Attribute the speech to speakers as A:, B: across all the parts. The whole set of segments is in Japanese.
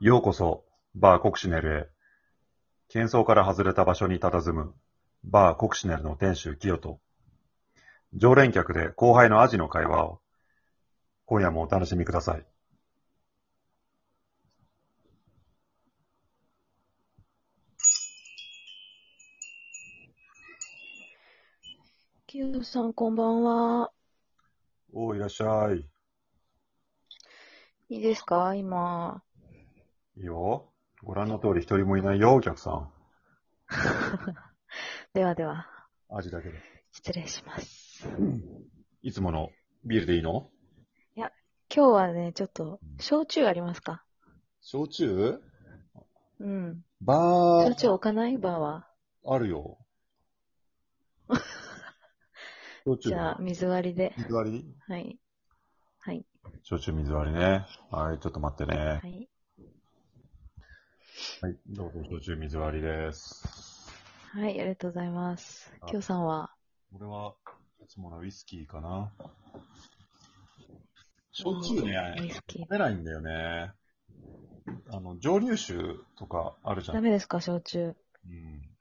A: ようこそ、バーコクシネルへ。喧騒から外れた場所に佇む、バーコクシネルの店主、キヨと、常連客で後輩のアジの会話を、今夜もお楽しみください。
B: キヨさん、こんばんは。
A: おー、いらっしゃい。
B: いいですか今。
A: いいよ。ご覧の通り一人もいないよ、お客さん。
B: ではでは、
A: アジだけで。
B: 失礼します。
A: いつものビールでいいの
B: 今日はね、ちょっと、焼酎ありますか
A: 焼酎
B: うん。
A: バ
B: 焼酎
A: ー、
B: 置かないバーは。
A: あるよ。焼酎
B: じゃあ、水割りで。
A: 水割り
B: はい。はい。
A: 焼酎水割りね。はい、ちょっと待ってね。
B: はい。
A: はい、どうぞ焼酎水割りです。
B: はい、ありがとうございます
A: あ。
B: キヨさんは、
A: 俺はいつものウイスキーかな。焼酎
B: ウイ
A: ね、
B: スキー
A: 飲。めないんだよね。あの、蒸留酒とかあるじゃ
B: ダ
A: ん。
B: メですか焼酎。
A: うん、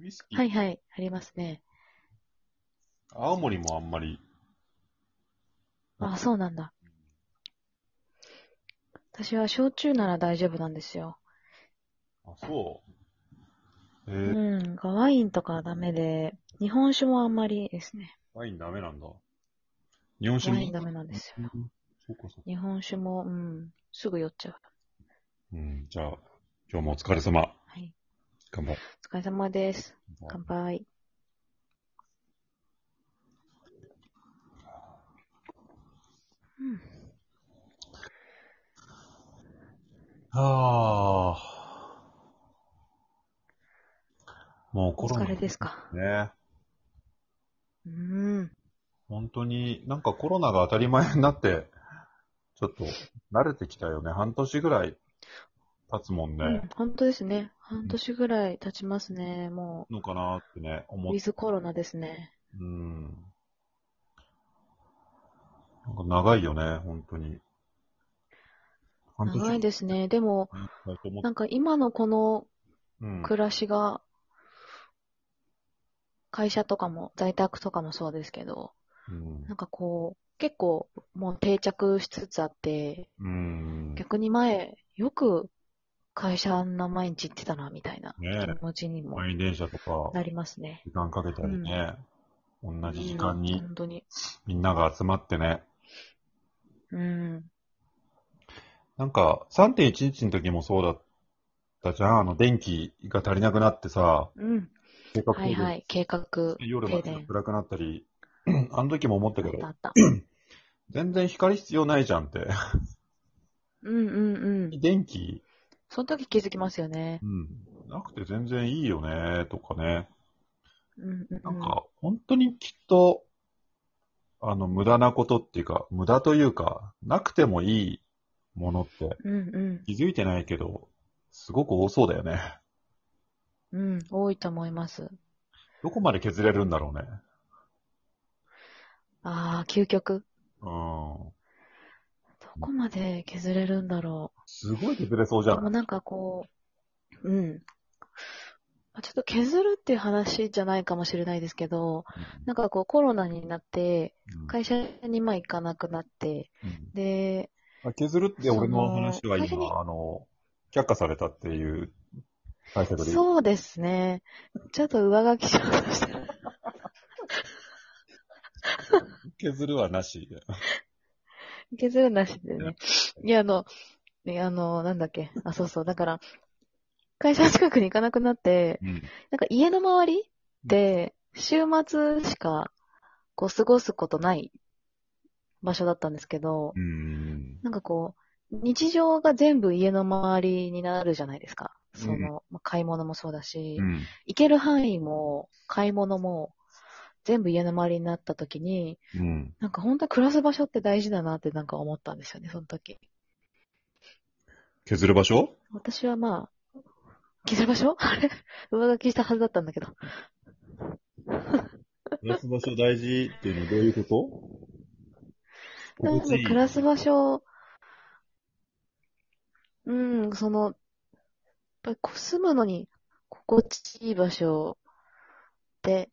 A: ウイスキー、
B: はいはい、ありますね。
A: 青森もあんまり。
B: あ、そうなんだ。私は焼酎なら大丈夫なんですよ。
A: あ、そう。え
B: う
A: ー、
B: ん。ワインとかはダメで、日本酒もあんまりですね。
A: ワインダメなんだ。日本酒
B: ワ
A: も
B: インダメなんですよ。
A: うんそうかそうか
B: 日本酒も、うん、すぐ酔っちゃう。
A: うん、じゃあ、今日もお疲れ様。
B: はい。
A: 頑張ろ
B: お疲れ様です。
A: う。
B: 乾杯。うん
A: はあ。もう
B: お
A: コロナ
B: 疲れですか。
A: ね。
B: うん。
A: 本当になんかコロナが当たり前になって、ちょっと慣れてきたよね。半年ぐらい経つもんね。
B: うん本当ですね。半年ぐらい経ちますね。も
A: のかなってね、
B: う、
A: 思
B: ウ
A: っ
B: ィズコロナですね。
A: うん。なんか長いよね、本当に。半
B: 長いですね。でも、
A: だと思っ
B: なんか今のこの
A: うん。
B: 暮らしが、会社とかも、在宅とかもそうですけど、
A: うん
B: なんかこう、結構もう定着しつつあって、
A: うん。
B: 逆に前、よく会社あんな毎日行ってたな、みたいな
A: ねえ
B: 気持ちにも
A: 満員電車とか、
B: なりますね。
A: 時間かけたりね、同じ時間
B: うん
A: に
B: 本当に。
A: みんなが集まってね、
B: うん。
A: なんか3.11の時もそうだったじゃん、あの電気が足りなくなってさ、
B: うん。
A: 計画
B: はいはい。計画停電。
A: 夜まで暗くなったり、 あの時も思ったけ
B: あ
A: ど、
B: ったあった。
A: 全然光必要ないじゃんって。
B: うんうんうん。
A: 電気、
B: その時気づきますよね。
A: うん、なくて全然いいよね、とかね。
B: うんうん、う
A: なんか、本当にきっと、あの、無駄なことっていうか、無駄というか、なくてもいいものって
B: うん
A: 気づいてないけど、すごく多そうだよね。
B: うん。うん。多いと思います。
A: どこまで削れるんだろうね。
B: ああ、究極。
A: うん。
B: どこまで削れるんだろ
A: すごい削れそう
B: う。
A: じゃ
B: でも
A: ん。
B: なんかこう、うん。まあちょっと削るっていう話じゃないかもしれないですけど、なんかこうコロナになって、
A: うん
B: 会社にまあ行かなくなって、
A: うん
B: で、
A: あ削るって俺の話は
B: その会社に
A: 今、あの、却下されたっていう解釈でいい。
B: そうですね。ちょっと上書きしようとしてる。
A: 削るはなしで。
B: 削るなしでね。いや、あの、ね、あの、なんだっけ。あ、そうそう。だから、会社近くに行かなくなって、
A: うん。
B: なんか家の周りで、週末しか、こう、過ごすことない場所だったんですけど、
A: うん。
B: なんかこう、日常が全部家の周りになるじゃないですか。その、
A: うん
B: まあ買い物もそうだし、
A: うん。
B: 行ける範囲も、買い物も、全部家の周りになった時に、
A: うん。
B: なんか本当暮らす場所って大事だなってなんか思ったんですよね、その時。
A: 削る場所
B: 私はまあ、削る場所 あれ上書きしたはずだったんだけど。
A: 暮らす場所大事っていうのはどういうこ
B: なん
A: と
B: で暮らす場所、うん、その、やっぱりこう住むのに心地いい場所で、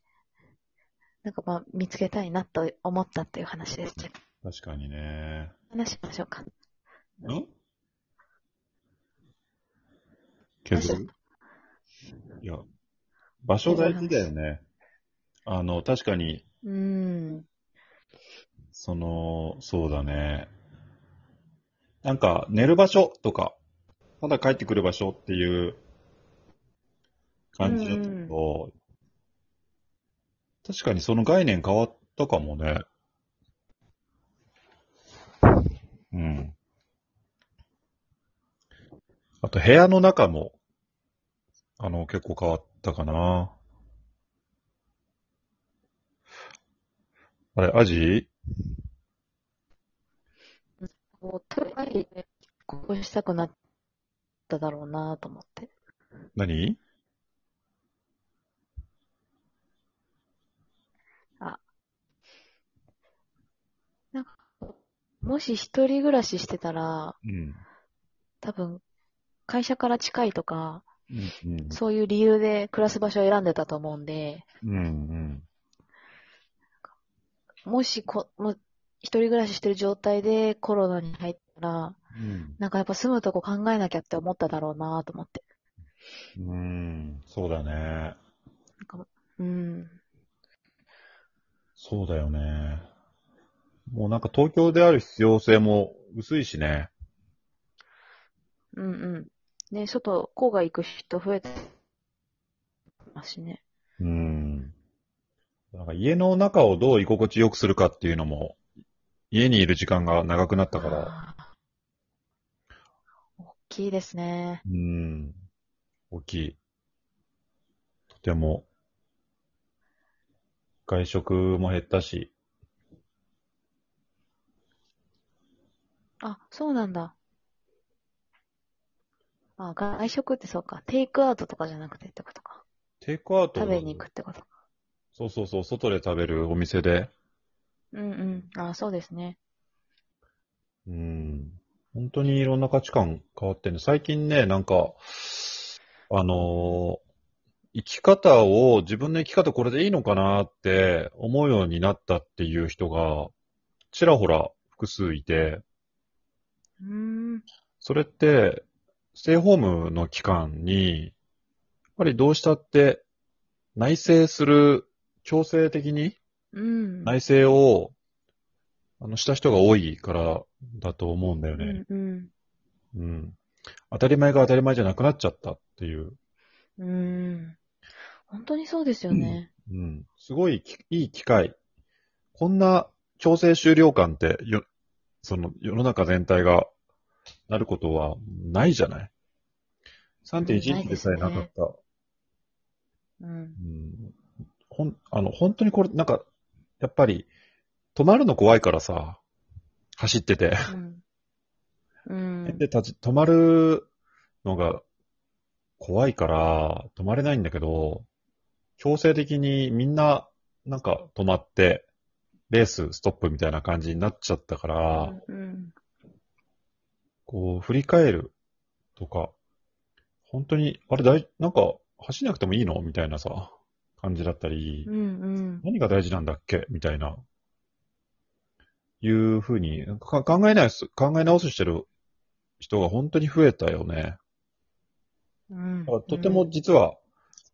B: なんかまあ見つけたいなと思ったっていう話です。じゃあ
A: 確かにね。
B: 話しましょうか。
A: ん削るいや、場所大事だよね。あの、確かに、
B: うん。
A: その、そうだね。なんか、寝る場所とか、まだ帰ってくる場所っていう感じだったけど、確かにその概念変わったかもね。うん。あと、部屋の中も、あの、結構変わったかな。あれ、アジ
B: もう、とりあえずね、引っ越したくなっただろうなと思って。
A: 何
B: もし一人暮らししてたら、
A: うん。
B: 多分、会社から近いとか、
A: うんうん
B: そういう理由で暮らす場所を選んでたと思うんで、
A: うんうん。
B: もしこ、もう一人暮らししてる状態でコロナに入ったら、
A: うん
B: なんかやっぱ住むとこ考えなきゃって思っただろうなと思って。
A: うん、そうだね。
B: なんかうん。
A: そうだよね。もうなんか東京である必要性も薄いしね。
B: うんうん。ね、外、郊外行く人増えてますしね。
A: うん。なんか家の中をどう居心地よくするかっていうのも、家にいる時間が長くなったから、
B: あー大きいですね。
A: うん。大きい。とても、外食も減ったし、
B: あ、そうなんだ。あ、外食ってそうか。テイクアウトとかじゃなくてってことか。
A: テイクアウト
B: 食べに行くってことか。
A: そうそうそう、外で食べるお店で、
B: うんうん。あ、そうですね。
A: うん。本当にいろんな価値観変わってるね。最近ね、なんか、あのー生き方を、自分の生き方これでいいのかなって思うようになったっていう人が、ちらほら複数いて、
B: うーん。
A: それって、ステイホームの期間に、やっぱりどうしたって、内省する、強制的に
B: うん。
A: 内省を、あの、した人が多いからだと思うんだよね。
B: うん
A: うん。当たり前が当たり前じゃなくなっちゃったっていう。
B: うん。うん。本当にそうですよね。
A: うん。すごいきいい機会。こんな強制終了感って、よ、その世の中全体がなることはないじゃない
B: うんない
A: ?3.11
B: で
A: ですさ
B: ね
A: えなかった。
B: うん。
A: うん。ほん、あの、本当にこれ、なんか、やっぱり、止まるの怖いからさ、走ってて。
B: うん。うん。
A: で、立ち、止まるのが怖いから、止まれないんだけど、強制的にみんな、なんか止まって、レースストップみたいな感じになっちゃったから、
B: うん。
A: こう、振り返るとか、本当に、あれ大、なんか、走んなくてもいいのみたいなさ、感じだったり、
B: うんうん。
A: 何が大事なんだっけみたいな、いうふうに、か考えない、考え直すしてる人が本当に増えたよね。
B: う
A: だ
B: ん。
A: からとても実は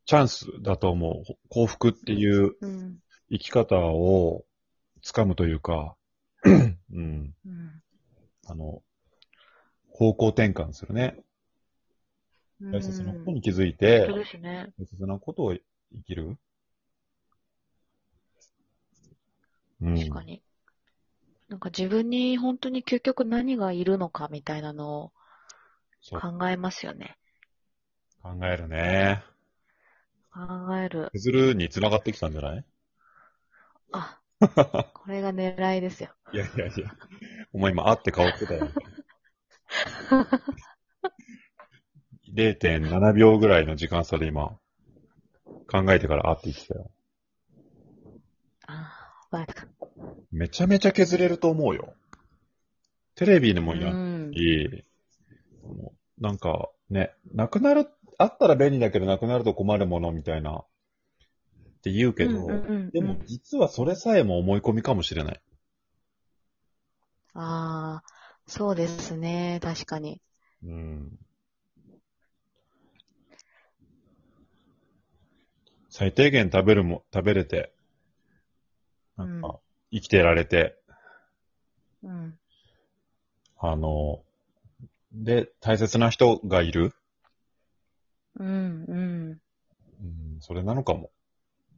A: チャンスだと思う。幸福っていう
B: うん。
A: 生き方を掴むというか、 うん、
B: うん。
A: あの、方向転換するね。
B: うん。
A: 大切なことに
B: 本
A: 気づい
B: 当で
A: て、
B: すね。
A: 大切なことを生きる。うん。
B: 確かに。なんか自分に本当に究極何がいるのかみたいなのを
A: そう
B: 考えますよね。
A: 考えるね。
B: 考える。
A: 削るに繋がってきたんじゃない
B: あ、これが狙いですよ。
A: いやいやいや。お前今、あって顔してたよ。0.7秒ぐらいの時間差で今、考えてからあって言ってたよ。
B: あー、バカ。
A: めちゃめちゃ削れると思うよ。テレビでも
B: う
A: やっ
B: ん。
A: り、あのなんかね、なくなる、あったら便利だけどなくなると困るものみたいな、って言うけど、
B: うんうんうんうん
A: でも実はそれさえも思い込みかもしれない。
B: ああ、そうですね。確かに。
A: うん。最低限食べるも、食べれて、なん
B: うん
A: か、生きてられて、
B: うん。
A: あの、で、大切な人がいる。
B: うん、うん。
A: うん、それなのかも。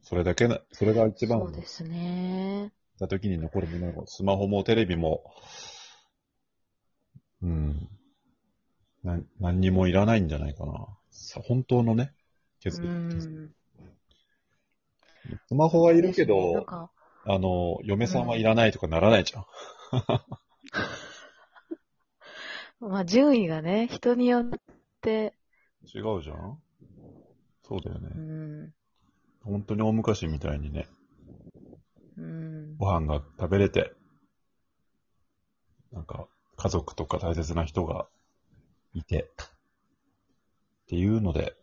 A: それだけな、それが一番
B: そうですね。
A: た時に残るものなのかスマホもテレビも、うん、な何にもいらないんじゃないかな。さ本当のね、
B: う
A: 決
B: ん。
A: スマホはいるけ
B: そうですねなん
A: ど、
B: か、
A: あの、嫁さんはいらないとかならないじゃん。
B: まあ、順位がね、人によって、
A: 違うじゃんそうだよ
B: う
A: ね。
B: ん。
A: 本当に大昔みたいにね、
B: うん。
A: ご飯が食べれて、なんか、家族とか大切な人がいて、っていうので、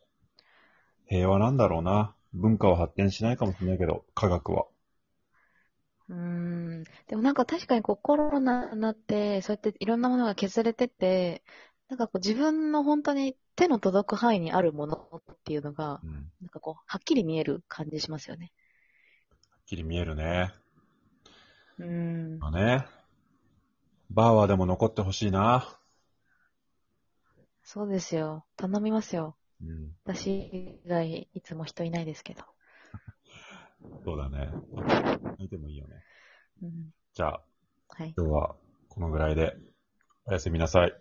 A: 平和なんだろうな。文化は発展しないかもしれないけど、科学は。
B: うーんでもなんか確かにこうコロナになって、そうやっていろんなものが削れてて、なんかこう自分の本当に手の届く範囲にあるものっていうのが、
A: うん、はっ
B: なんかこう、はっきり見える感じしますよね。
A: きり見えるね。
B: うーん。
A: まあね。バーはでも残ってほしいな。
B: そうですよ。頼みますよ。
A: うん。
B: 私以外いつも人いないですけど。
A: そうだね。見てもいいよね。
B: うん。
A: じゃあ、
B: はい。
A: 今日はこのぐらいで、おやすみなさい。